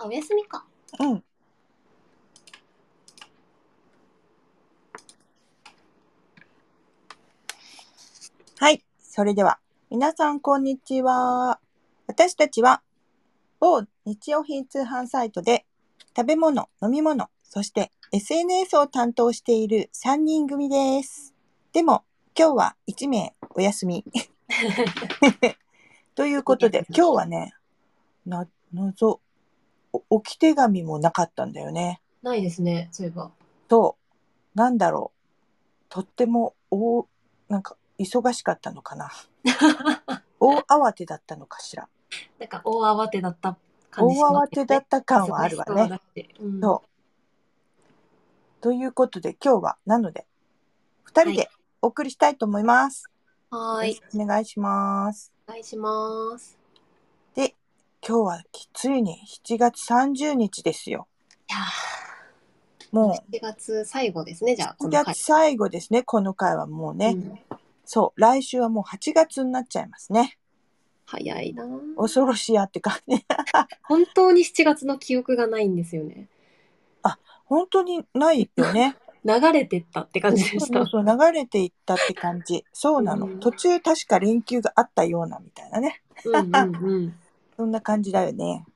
あ、お休みか。うん。はい。それでは、皆さん、こんにちは。私たちは、某日用品通販サイトで、食べ物、飲み物、そして SNS を担当している3人組です。でも、今日は1名お休み。ということで、今日はね、な、謎、お置き手紙もなかったんだよね。ないですね、そういえ ば。と、なんだろう。とっても、お、なんか、忙しかったのかな。大慌てだったのかしら。なんか大慌てだった大感じします慌てだった感はあるわ忙しそうね。だしうんそうということで、今日は、なので、二人でお送りしたいと思います。はーい。。お願いします。お願いします。で、今日はきついに7月30日ですよ。いやもうー、7月最後ですね、じゃあ、こ8の回月。最後ですね、この回はもうね、うんそう、来週はもう8月になっちゃいますね。早いなー恐ろしいやって感じ。 本当に7月の記憶がないんですよね。本当にないよね。流れてったって感じでしそうた。そう、流れていったって感じ。そうなの。うん途中確か連休があったようなみたいなね。うんうんうん。そんな感じだよね。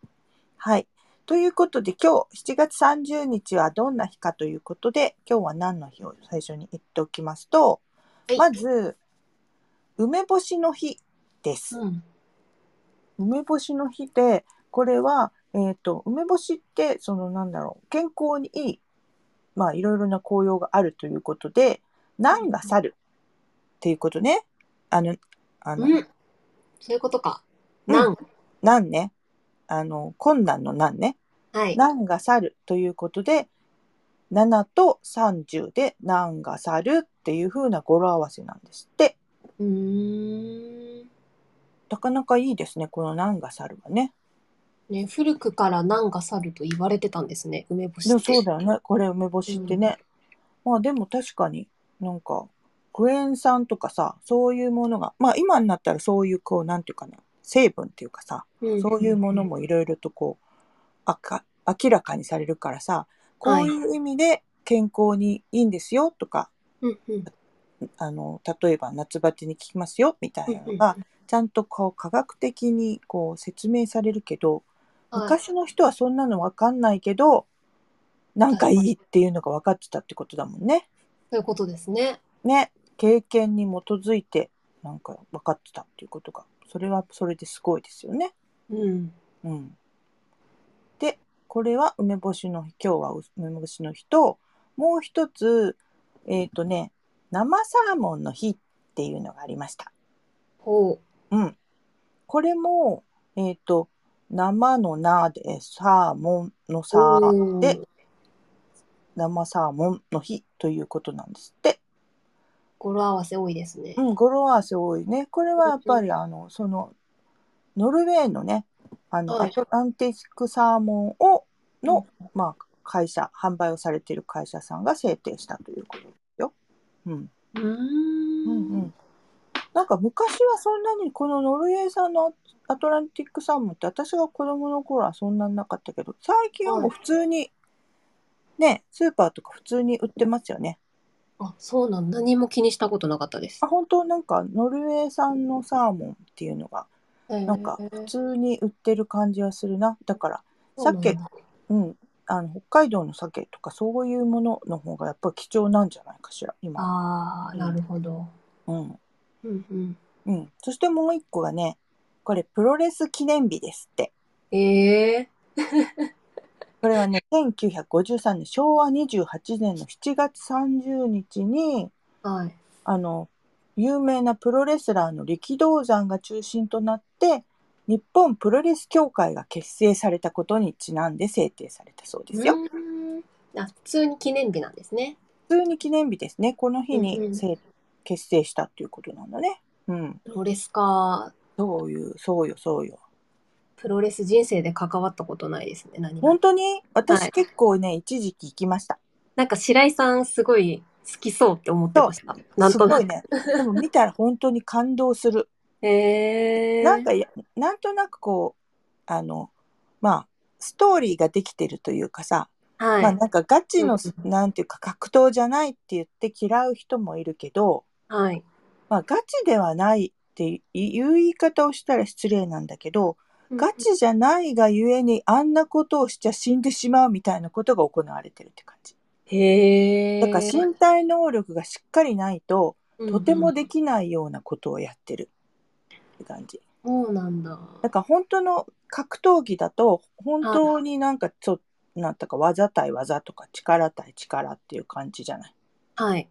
はい。ということで今日7月30日はどんな日かということで今日は何の日を最初に言っておきますと、はいまず梅干しの日です。うん梅干しの日でこれは、えー、と梅干しってそのなんだろう健康にいい、まあ、いろいろな効用があるということで難が去るっていうことねあのあの、うん。そういうことか。うんなん。難ねあの困難の難ねはい。難が去るということで7と30で難が去るっていう風な語呂合わせなんですってうーん。なかなかいいですねこの難が去るはね。ね、古くから難が去ると言われてたんですね、梅干しでもって。そうだよねこれ梅干しってね、まあでも確かになんかクエン酸とかさそういうものがまあ今になったらそういうこうなんていうかな成分っていうかさうんそういうもの。もいろいろとこうあか明らかにされるからさこういう意味で健康にいいんですよとか、うんうん。あの例えば夏バテに効きますよみたいなのがちゃんとこう科学的にこう説明されるけど、はい、昔の人はそんなの分かんないけどなんかいいっていうのが分かってたってことだもんね。そういうことですね。ね経験に基づいてなんか分かってたっていうことがそれはそれですごいですよね。うん。うん、でこれは梅干しの日今日は梅干しの日ともう一つえっ、とね生サーモンの日っていうのがありました。ほうん、これもえっ、と生のなでサーモンのう。サーうんで生サーモンの日ということなんですって。語呂合わせ多いですね。うん、語呂合わせ多いね。これはやっぱりあの、その、ノルウェーのね、あの、はいアトランティックサーモンを、の、まあ、会社、販売をされている会社さんが制定したということですよ。うん。ううんんうん。なんか昔はそんなにこのノルウェー産のアトランティックサーモンって私が子供の頃はそんなになかったけど、最近はもう普通に、ね、スーパーとか普通に売ってますよね。あ、そうなん何も気にしたことなかったですあ。本当なんかノルウェー産のサーモンっていうのがななんか普通に売ってる感じはするなだから鮭あうんあの北海道の鮭とかそういうものの方がやっぱり貴重なんじゃないかしら今あー、なるほど。うんうんうん。うんそしてもう一個がねこれプロレス記念日ですってええこれはね1953年昭和28年の7月30日にはい。あの有名なプロレスラーの力道山が中心となって日本プロレス協会が結成されたことにちなんで制定されたそうですよ。うーんあ、普通に記念日なんですね。普通に記念日ですね。このう日んうんにせ、結成したっていうことなんだね。うん。プロレスか、そういう、そうよ、そうよ。プロレス人生で関わったことないですね、何も本。当にはい私結構ね、一時期行きました。なんか白井さんすごい好きそうって思ってました。なんすとなごく。いね。でも見たら本当に感動する。えー、なんかや、なんとなくこう、あの、まあ、ストーリーができてるというかさ、はい。まあなんかガチの、うなんていうか格闘じゃないって言って嫌う人もいるけど、はい。まあガチではないっていう言い方をしたら失礼なんだけど、ガチじゃないがゆえにあんなことをしちゃ死んでしまうみたいなことが行われてるって感じ。へえ。だから身体能力がしっかりないと、とてもで、できないようなことをやってるって感じ。そうなんだ。だから本当の格闘技だと本当になんかちょっとなんとか技対技とか力対力っていう感じじゃない。はい。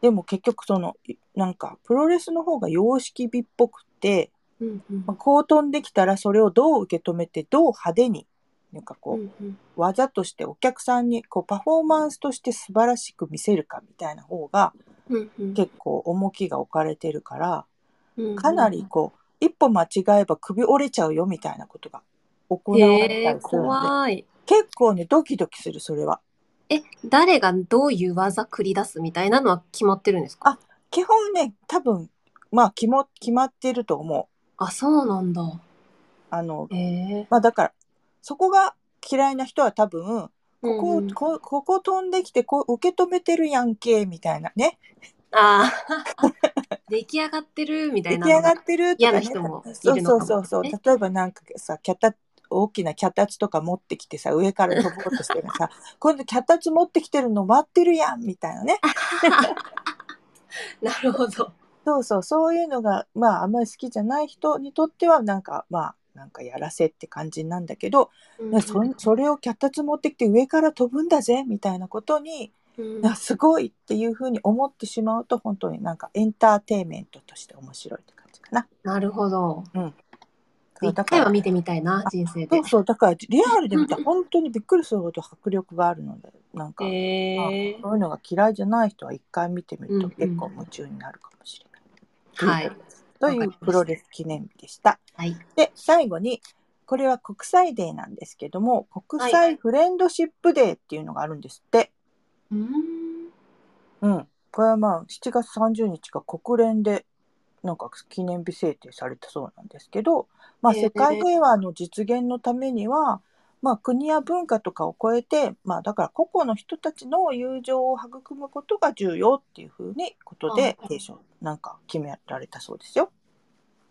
でも結局そのいなんかプロレスの方が様式美っぽくて、うんうんまあ、こう飛んできたらそれをどう受け止めてどう派手になんかこう、うんうん技としてお客さんにこうパフォーマンスとして素晴らしく見せるかみたいな方がうんうん結構重きが置かれてるからうんうんかなりこう一歩間違えば首折れちゃうよみたいなことが行われへたえりするので怖い。結構ねドキドキするそれはえ、誰がどういう技繰り出すみたいなのは決まってるんですか基本ね多分まあ決も決まってると思うあ、そうなんだ。あのへえ。まあだからそこが嫌いな人は多分ここ,、うんうんこここ飛んできてこう受け止めてるやんけみたいなねああ、 出来上がってるみた出いな来上のがが。ってると嫌なか、ね、人もいそうるのかそうもそうそうね例えばなんかさ脚立大きな脚立とか持ってきてさ上から飛ぼうとしてるさ 今度脚立持ってきてるの待ってるやんみたいなねなるほど。そうそうそういうのがまああんまり好きじゃない人にとってはなんかまあなんかやらせって感じなんだけど、うんいやそそれを脚立持ってきて上から飛ぶんだぜみたいなことに、うんいやすごいっていうふうに思ってしまうと本当になんかエンターテインメントとして面白いって感じかな。なるほど。だ一か回らは見てみたいな、人生でそう。そう、だからリアルで見たら本当にびっくりするほど迫力があるので、なんか、へえそういうのが嫌いじゃない人は一回見てみるとうんうん結構夢中になるかもしれない。はい。とわいうかりましたプロレス記念日でした。はい。で、最後に、これは国際デーなんですけども、国際フレンドシップデーっていうのがあるんですって。うん。うん。これはまあ、7月30日が国連で、なんか記念日制定されたそうなんですけど、まあ、へえ世界平和の実現のためには、まあ、国や文化とかを超えて、まあ、だから個々の人たちの友情を育むことが重要っていうふうにことであ提唱なんか決められたそうですよ。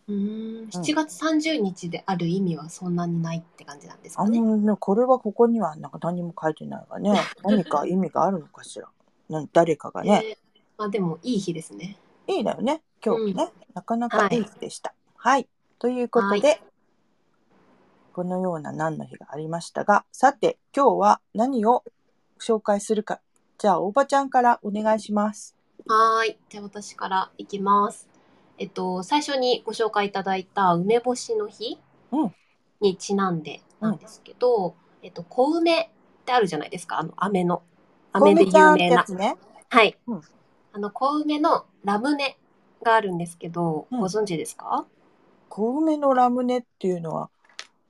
うん7月30日である意味はそんなにないって感じなんですあかね。のねこれはここにはなんか何も書いてない わね何か意味があるのかしらなん誰かがね、へえまあでもいい日ですね。いいだよね今日ね、なかなかいい日でした。はい、ということで、はこのような何の日がありましたがさて今日は何を紹介するかじゃあおばちゃんからお願いします。はーい。じゃあ私からいきます。えっと、最初にご紹介いただいた梅干しの日うんにちなんでなんですけど、えっと、小梅ってあるじゃないですか。あの、飴の。飴で小梅ちゃ有んって名やなつ。ね。はい。うんあの、小梅のラムネがあるんですけど、うんご存知ですか小梅のラムネっていうのは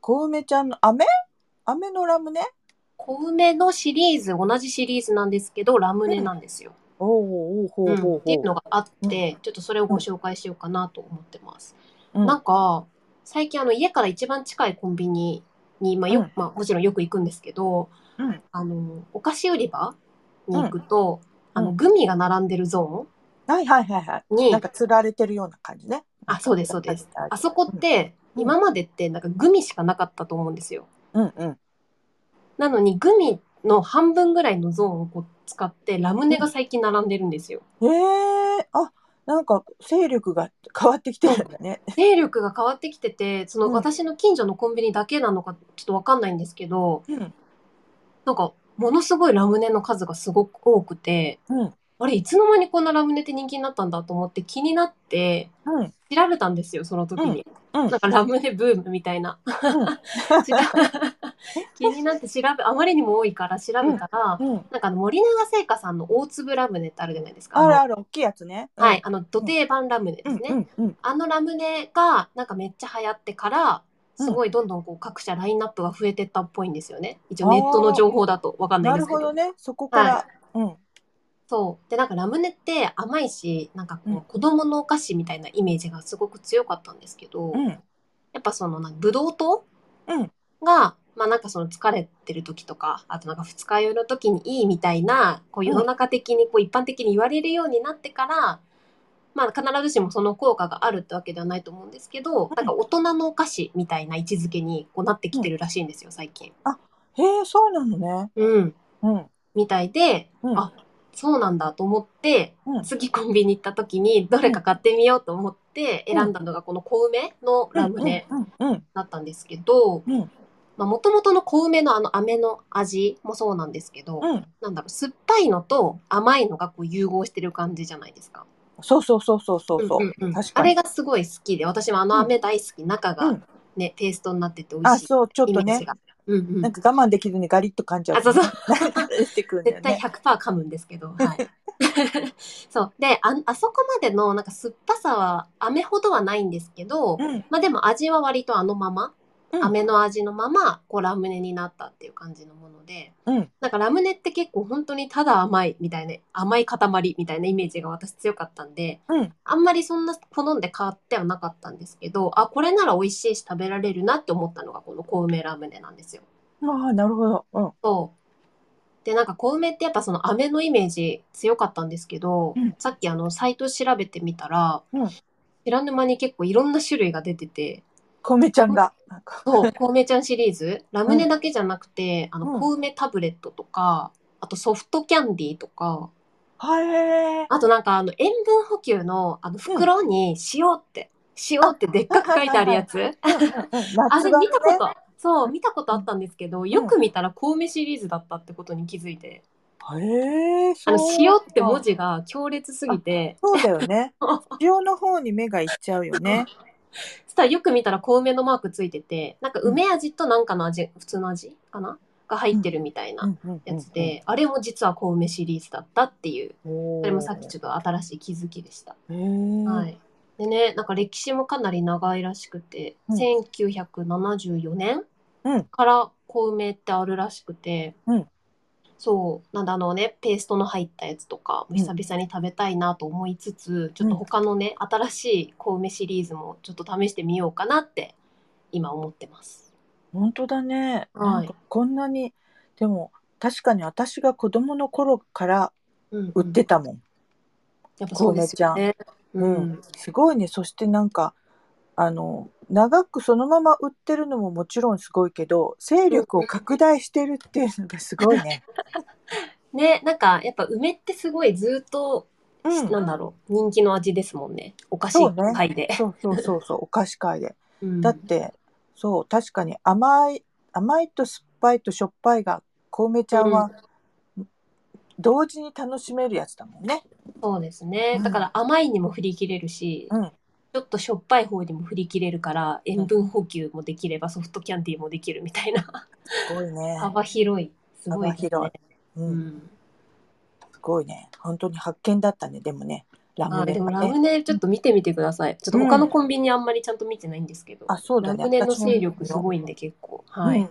小梅ちゃんの飴飴のラムネ小梅のシリーズ、同じシリーズなんですけど、ラムネなんですよ。おうおうおうほううんほうっていうほのがあって、ちょっとそれをご紹介しようかなと思ってます。う。うんなんか、最近あの家から一番近いコンビニに、まあようんまあ、もちろんよく行くんですけど、うんあの、お菓子売り場に行くと、あの、うんグミが並んでるゾはいはいはいはーンい。に、なんか釣られてるような感じね。あ、そうです、そうです。あそこっうんて、うん今までってなんかグミしかなかったと思うんですよ。うんうん。なのにグミの半分ぐらいのゾーンをこう使ってラムネが最近並んでるんですよ。へえあなんか勢力が変わってきてるんだね。勢力が変わってきてて、そのうん私の近所のコンビニだけなのかちょっとわかんないんですけど、うんなんかものすごいラムネの数がすごく多くて、うんあれいつの間にこんなラムネって人気になったんだと思って気になってうん調べたんですよ、その時に。うんうんなんかラムネブームみたい な。調べ気になって調べ、あまりにも多いから調べたら、うん。なんかあの森永製菓さんの大粒ラムネってあるじゃないですか。あるある大きいやつね。うんはい、あの、土定番ラムネでうすんね。うんうんあのラムネが、なんかめっちゃ流行ってから、すごいどんどんこう各社ラインナップが増えてったっぽいんですよね。一応ネットの情報だとわかんないなでるすけほど。どね。そこから。はうん。そう。で、なんかラムネって甘いし、なんかこううん子供のお菓子みたいなイメージがすごく強かったんですけど、うん。やっぱそのなんかブドウ糖うんが、ままあなんかその疲れてる時とか、あとなんか二日酔いの時にいいみたいな、こう世の中的にこう一般的に言われるようになってから、まあ必ずしもその効果があるってわけではないと思うんですけど、なんか大人のお菓子みたいな位置づけにこうなってきてるらしいんですよ、最近。へえ、そうなのね。うん。うん。みたいで、うん。あそうなんだと思って、うん次コンビニ行った時にどれか買ってみようと思って選んだのがこの小梅のラムネうん。うん。だったんですけど、うんまあ、もともとの小梅のあの飴の味もそうなんですけど、うん。なんだろう、酸っぱいのと甘いのがこう融合してる感じじゃないですか。そうそうそうそうそうそう。んんん確かあにれがすごい好きで、私もあの飴大好き、中うがんね、ペーストになってて美あ、味しいそう、ちょっイとメーねジ。が。うんうなん。んか我慢できずにガリッと噛んじゃう。あ、そう そう。。してくるんだよ 絶対ね。 100%噛むんですけど、はい。 そう。で、あ、あそこまでのなんか酸っぱさは、飴ほどはないんですけど、うん。まあでも味は割とあのまま、うん飴の味のまま、こうラムネになったっていう感じのもので、うん。なんかラムネって結構本当にただ甘いみたいな、甘い塊みたいなイメージが私強かったんで、うん。あんまりそんな好んで買ってはなかったんですけど、あ、これなら美味しいし食べられるなって思ったのがこの小梅ラムネなんですよ。ああ、なるほど。うん。そう。で、なんか、小梅ってやっぱその飴のイメージ強かったんですけど、うんさっきあの、サイト調べてみたら、うん知らぬ間に結構いろんな種類が出てて、コメちゃん が。 そう、小梅ちゃんシリーズ、ラムネだけじゃなくて、あうの、ん小梅タブレットとか、あとソフトキャンディーとか、はい。あとなんかあの、塩分補給のあの、袋に塩って、塩ってでっかく書いてあるやつ。あれ見たこあと、そう、見たことあったんですけど、よく見たら小梅シリーズだったってことに気づいて。と。へえ、あのそう塩って文。字が強烈すぎて、そうだよ ね。塩の方に目がいっちゃうよね。そしたらよく見たら小梅のマークついてて、なんか梅味となんかの味、普通の味かなが入ってるみたいなやつで、あれも実は小梅シリーズだったっていう、うん。それもさっきちょっと新しい気づきでした。ょっとはい。でね、なんか歴史もかなり長いらしくて、うん1974年うんから小梅ってあるらしくて、うんそう、なんだあのね、ペーストの入ったやつとか、ん久々に食べたいなと思いつつ、ちょっと他のね、新しい小梅シリーズもちょっと試してみようかなって、今思ってます。本当だね、はいなんかこんなにでも確かに私が子供の頃からうん、売ってた。たもん、やっぱそうですよね。ううんん。すごいねそしてなんかあの長くそのまま売ってるのももちろんすごいけど勢力を拡大してるっていうのがすご いね。ね、なんかやっぱ梅ってすごいずっと、うん、なんだろう、人気の味ですもんね。お菓子そうね界で。そうそうそうそうお菓子界で。うんだってそう確かに甘い甘いと酸っぱいとしょっぱいが小梅ちゃんは、同時に楽しめるやつだもんね。そうですね、うんだから甘いにも振り切れるし、うんちょっとしょっぱい方にも振り切れるから塩分補給もできればソフトキャンディーもできるみたいなすごいね。幅広いすごいですね幅広ううんん、すごいね。本当に発見だったね。でもね、ラあムーネでもがラムね。ネちょっと見てみてくださいちょっと他のコンビニあんまりちゃんと見てないんですけど、あ、そうだラね。ムネの私も勢力すごいんで結構はうい、ん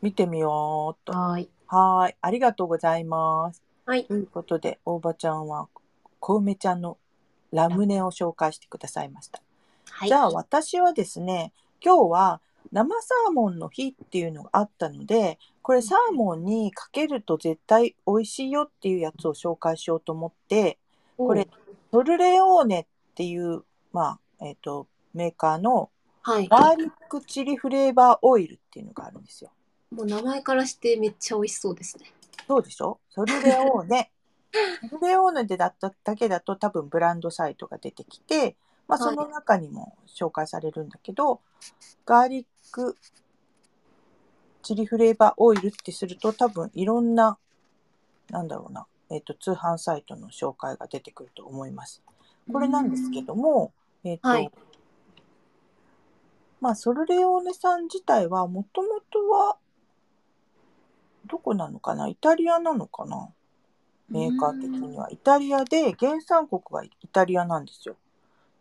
見てみようっと。はーいはーい。ありがとうございます。はいということで、大場ちゃんは、小梅ちゃんのラムネを紹介してくださいました。はいじゃあ、私はですね、今日は生サーモンの日っていうのがあったので、これサーモンにかけると絶対美味しいよっていうやつを紹介しようと思って、これトルレオーネっていう、まあ、えっ、と、メーカーのはいガーリックチリフレーバーオイルっていうのがあるんですよ。もう名前からしてめっちゃ美味しそうですねどうでしょうトルレオー ネ。トルレオーネでだっただけだと多分ブランドサイトが出てきて、まあはそいの中にも紹介されるんだけど、ガーリックチリフレーバーオイルってすると多分いろんな、なんだろうな、えっ、と通販サイトの紹介が出てくると思います。これなんですけども、えっ、と、はいまあ、ソルレオーネさん自体は、もともとは、どこなのかなイタリアなのかなメーカー的には。イタリアで、原産国がイタリアなんですよ。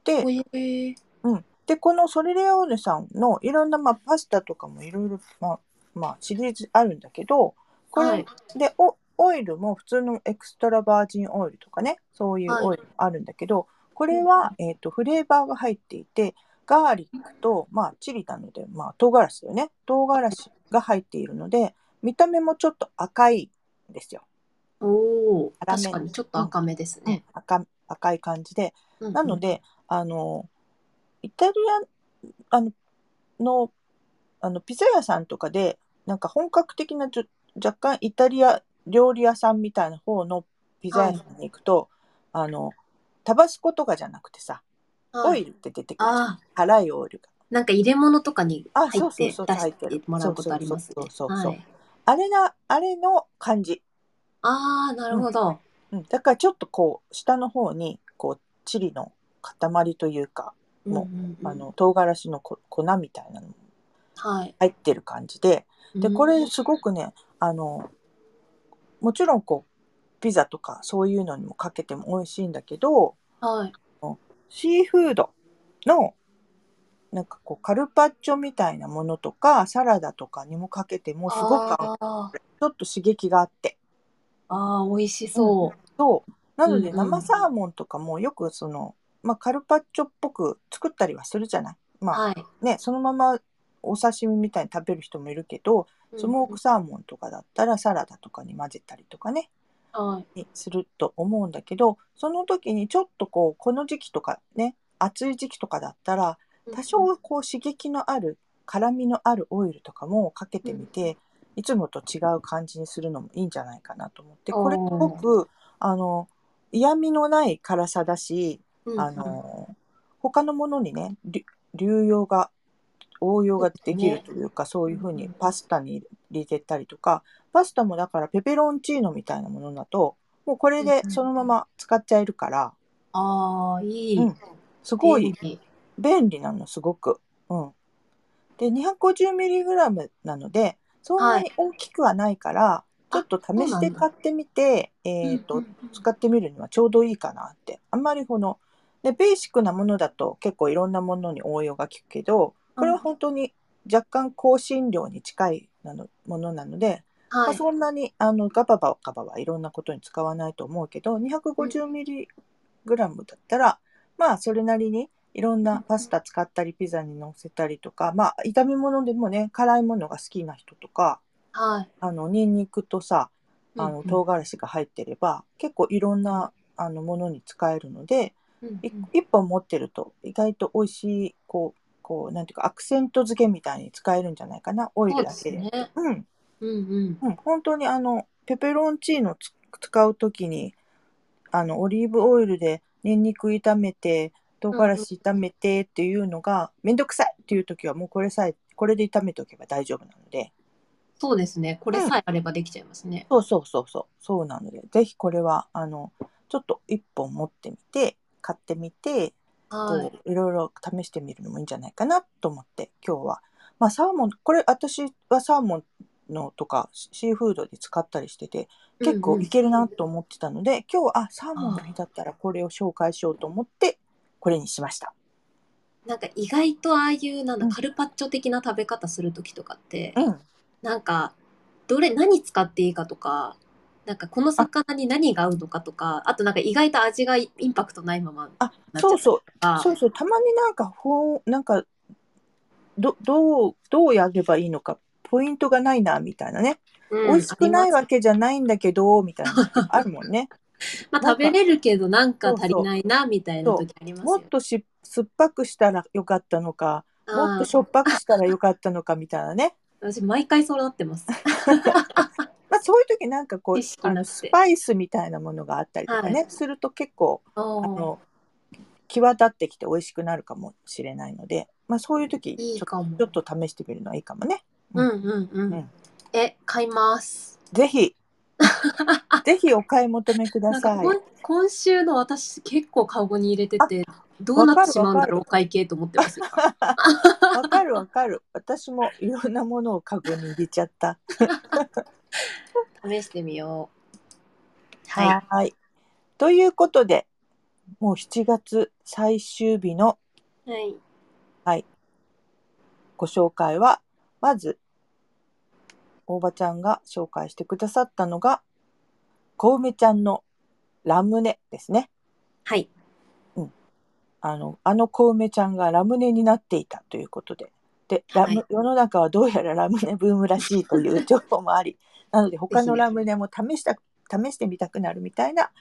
でう、んへえうん。で、このソルレオーネさんのいろんな、まあ、パスタとかもいろいろ、まあ、まあ、シリーズあるんだけど、これ、はいでおオイルも普通のエクストラバージンオイルとかねそういうはいオイルもあるんだけど、これは、えー、とフレーバーが入っていてガーリックと、まあ、チリなので、まあ、唐辛子だよね。唐辛子が入っているので、見た目もちょっと赤いんですよ。おお粗めに確かにちょっと赤めですね。赤赤い感じで。うんなので、あの、イタリアあののあのピザ屋さんとかで、なんか本格的なちょ若干イタリア料理屋さんみたいな方のピザ屋さんに行くと、あの、タバスコとかじゃなくてさ、うんオイルって出てくるじゃん。ああ辛いオイルが。なんか入れ物とかに入あってそう出そうそうしてもらうことありますねそう。そうそうそうはい。あれが、あれの感じ。ああなるほど。うん、だからちょっとこう、下の方に、こう、チリの塊というか、もううんうんうんあの、唐辛子のこ粉みたいなのもはい。入ってる感じで、で、こうれんすごくね、あの、もちろんこう、ピザとかそういうのにもかけても美味しいんだけど、はい。シーフードの、なんかこう、カルパッチョみたいなものとか、サラダとかにもかけてもすごく合うああちょっと刺激があって。ああ美味しそう。そう。なのうんでうん生サーモンとかもよくその、まあ、カルパッチョっぽく作ったりはするじゃない。まあはい。ね、そのままお刺身みたいに食べる人もいるけど、スモークサーモンとかだったらサラダとかに混ぜたりとかね、うんはい。すると思うんだけど、その時にちょっとこう、この時期とかね、暑い時期とかだったら、多少こう刺激のある、辛みのあるオイルとかもかけてみて、いつもと違う感じにするのもいいんじゃないかなと思って、これすごく、あの、嫌味のない辛さだし、うんあの、他のものにね、り流用が、応用ができるというか、そういうふうにパスタに入れてったりとか、パスタもだからペペロンチーノみたいなものだと、もうこれでそのまま使っちゃえるから、ああいい。うんすごい便利便利なのすごく。うん、で 250mg なのでそんなに大きくはないから、ちょっと試して買ってみて、えーとうんうんうん使ってみるにはちょうどいいかなってあんまりこのでベーシックなものだと結構いろんなものに応用が効くけどこれは本当に若干香辛料に近いなのものなので、まはあ、い。そんなにあのガババガバはいろんなことに使わないと思うけど 250mg だったら、まあそれなりにいろんなパスタ使ったりピザに乗せたりとか、まあ、炒め物でもね辛いものが好きな人とかはい。あのニンニクとさあうんうのん唐辛子が入ってれば結構いろんなあのものに使えるのでうんうんい一本持ってると意外と美味しいこうこうなんていうかアクセント漬けみたいに使えるんじゃないかなオイルだけで。そうですね。ううんんうん。うん、本当にあの、ペペロンチーノつ使うときに、あの、オリーブオイルでニンニク炒めて、唐辛子炒めてっていうのが、めんどくさいっていうときはもうこれさえ、これで炒めておけば大丈夫なので。そうですね。これさえあればできちゃいますね。そうそうそうそう、そうなので、ぜひこれは、あの、ちょっと一本持ってみて、買ってみて、はい。こういろいろ試してみるのもいいんじゃないかなと思って今日は、まあ、サーモンこれ私はサーモンのとかシシーフードで使ったりしてて結うん構うんいけるなと思ってたので、今日はあサーモンの日だったらこれを紹介しようと思ってこれにしました。なんか意外とああいうなんだうんカルパッチョ的な食べ方する時とかって、うん、なんかどれ何使っていいかとかなんかこの魚に何が合うのかとかあとなんか意外と味がインパクトないままあなっちゃっそうそうたそうそうたまになんかほうなんかどどうどうやればいいのかポイントがないなみたいなね、うん美味しくないありわけじゃないんだけどみたいなのあるもんね。ます まあ、なん食べかれるけどなんか足りないなみたいな時ありますもよっとし酸っぱくしたらよかったのかもっとしょっぱくしたらよかったのかみたいなね。うん私毎回そうなって ますまあそういう時なんかこう、意識あなくのスてパイスみたいなものがあったりとかね、はすると結構、ああーの、際立ってきて美味しくなるかもしれないので、まあそういう時、いいちょかもちょっと試してみるのはいいかもね。うんうんうん、うんえ買います ぜひ、ぜひお買い求めくだなんかさいこ。ん今週の私結構カゴに入れててどうなってしまうんだろうお会計と思ってますよわかるわかる。私もいろんなものをカゴに入れちゃった。試してみようはいはい。ということで、もう7月最終日のはいご紹介は、まず、大場ちゃんが紹介してくださったのが、小梅ちゃんのラムネですね。はいあの、あの小梅ちゃんがラムネになっていたということで。で、ラムはい世の中はどうやらラムネブームらしいという情報もあり、なので他のラムネも試した、試してみたくなるみたいな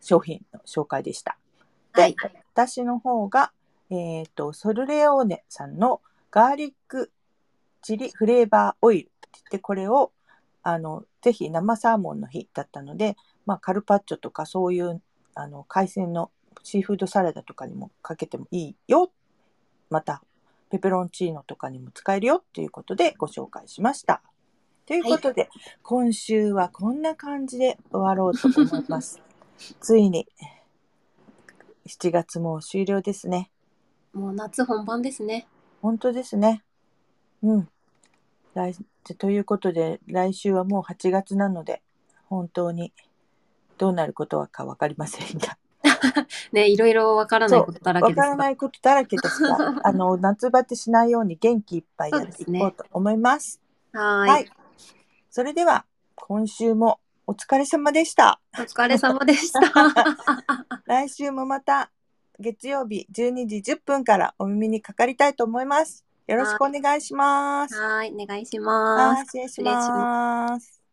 商品の紹介でした。ではい。私の方が、えっ、と、ソルレオーネさんのガーリックチリフレーバーオイルって言って、これを、あの、ぜひ生サーモンの日だったので、まあ、カルパッチョとかそういう、あの、海鮮のシーフードサラダとかにもかけてもいいよ。また、ペペロンチーノとかにも使えるよっていうことでご紹介しました。ということで、今週はこんな感じで終わろうと思います。ついに、7月も終了ですね。もう夏本番ですね。本当ですね。うん。来ということで、来週はもう8月なので、本当にどうなることはか分かりません が。ね、いろいろわからないことだらけで分すからが。ないことだらけです が、あの、夏バテしないように元気いっぱいやっていこうと思います。はーい,、はい。それでは、今週もお疲れ様でした。お疲れ様で した。来週もまた月曜日12時10分からお耳にかかりたいと思います。よろしくお願いします。はーい、お願いしはますい、。失礼し失礼します。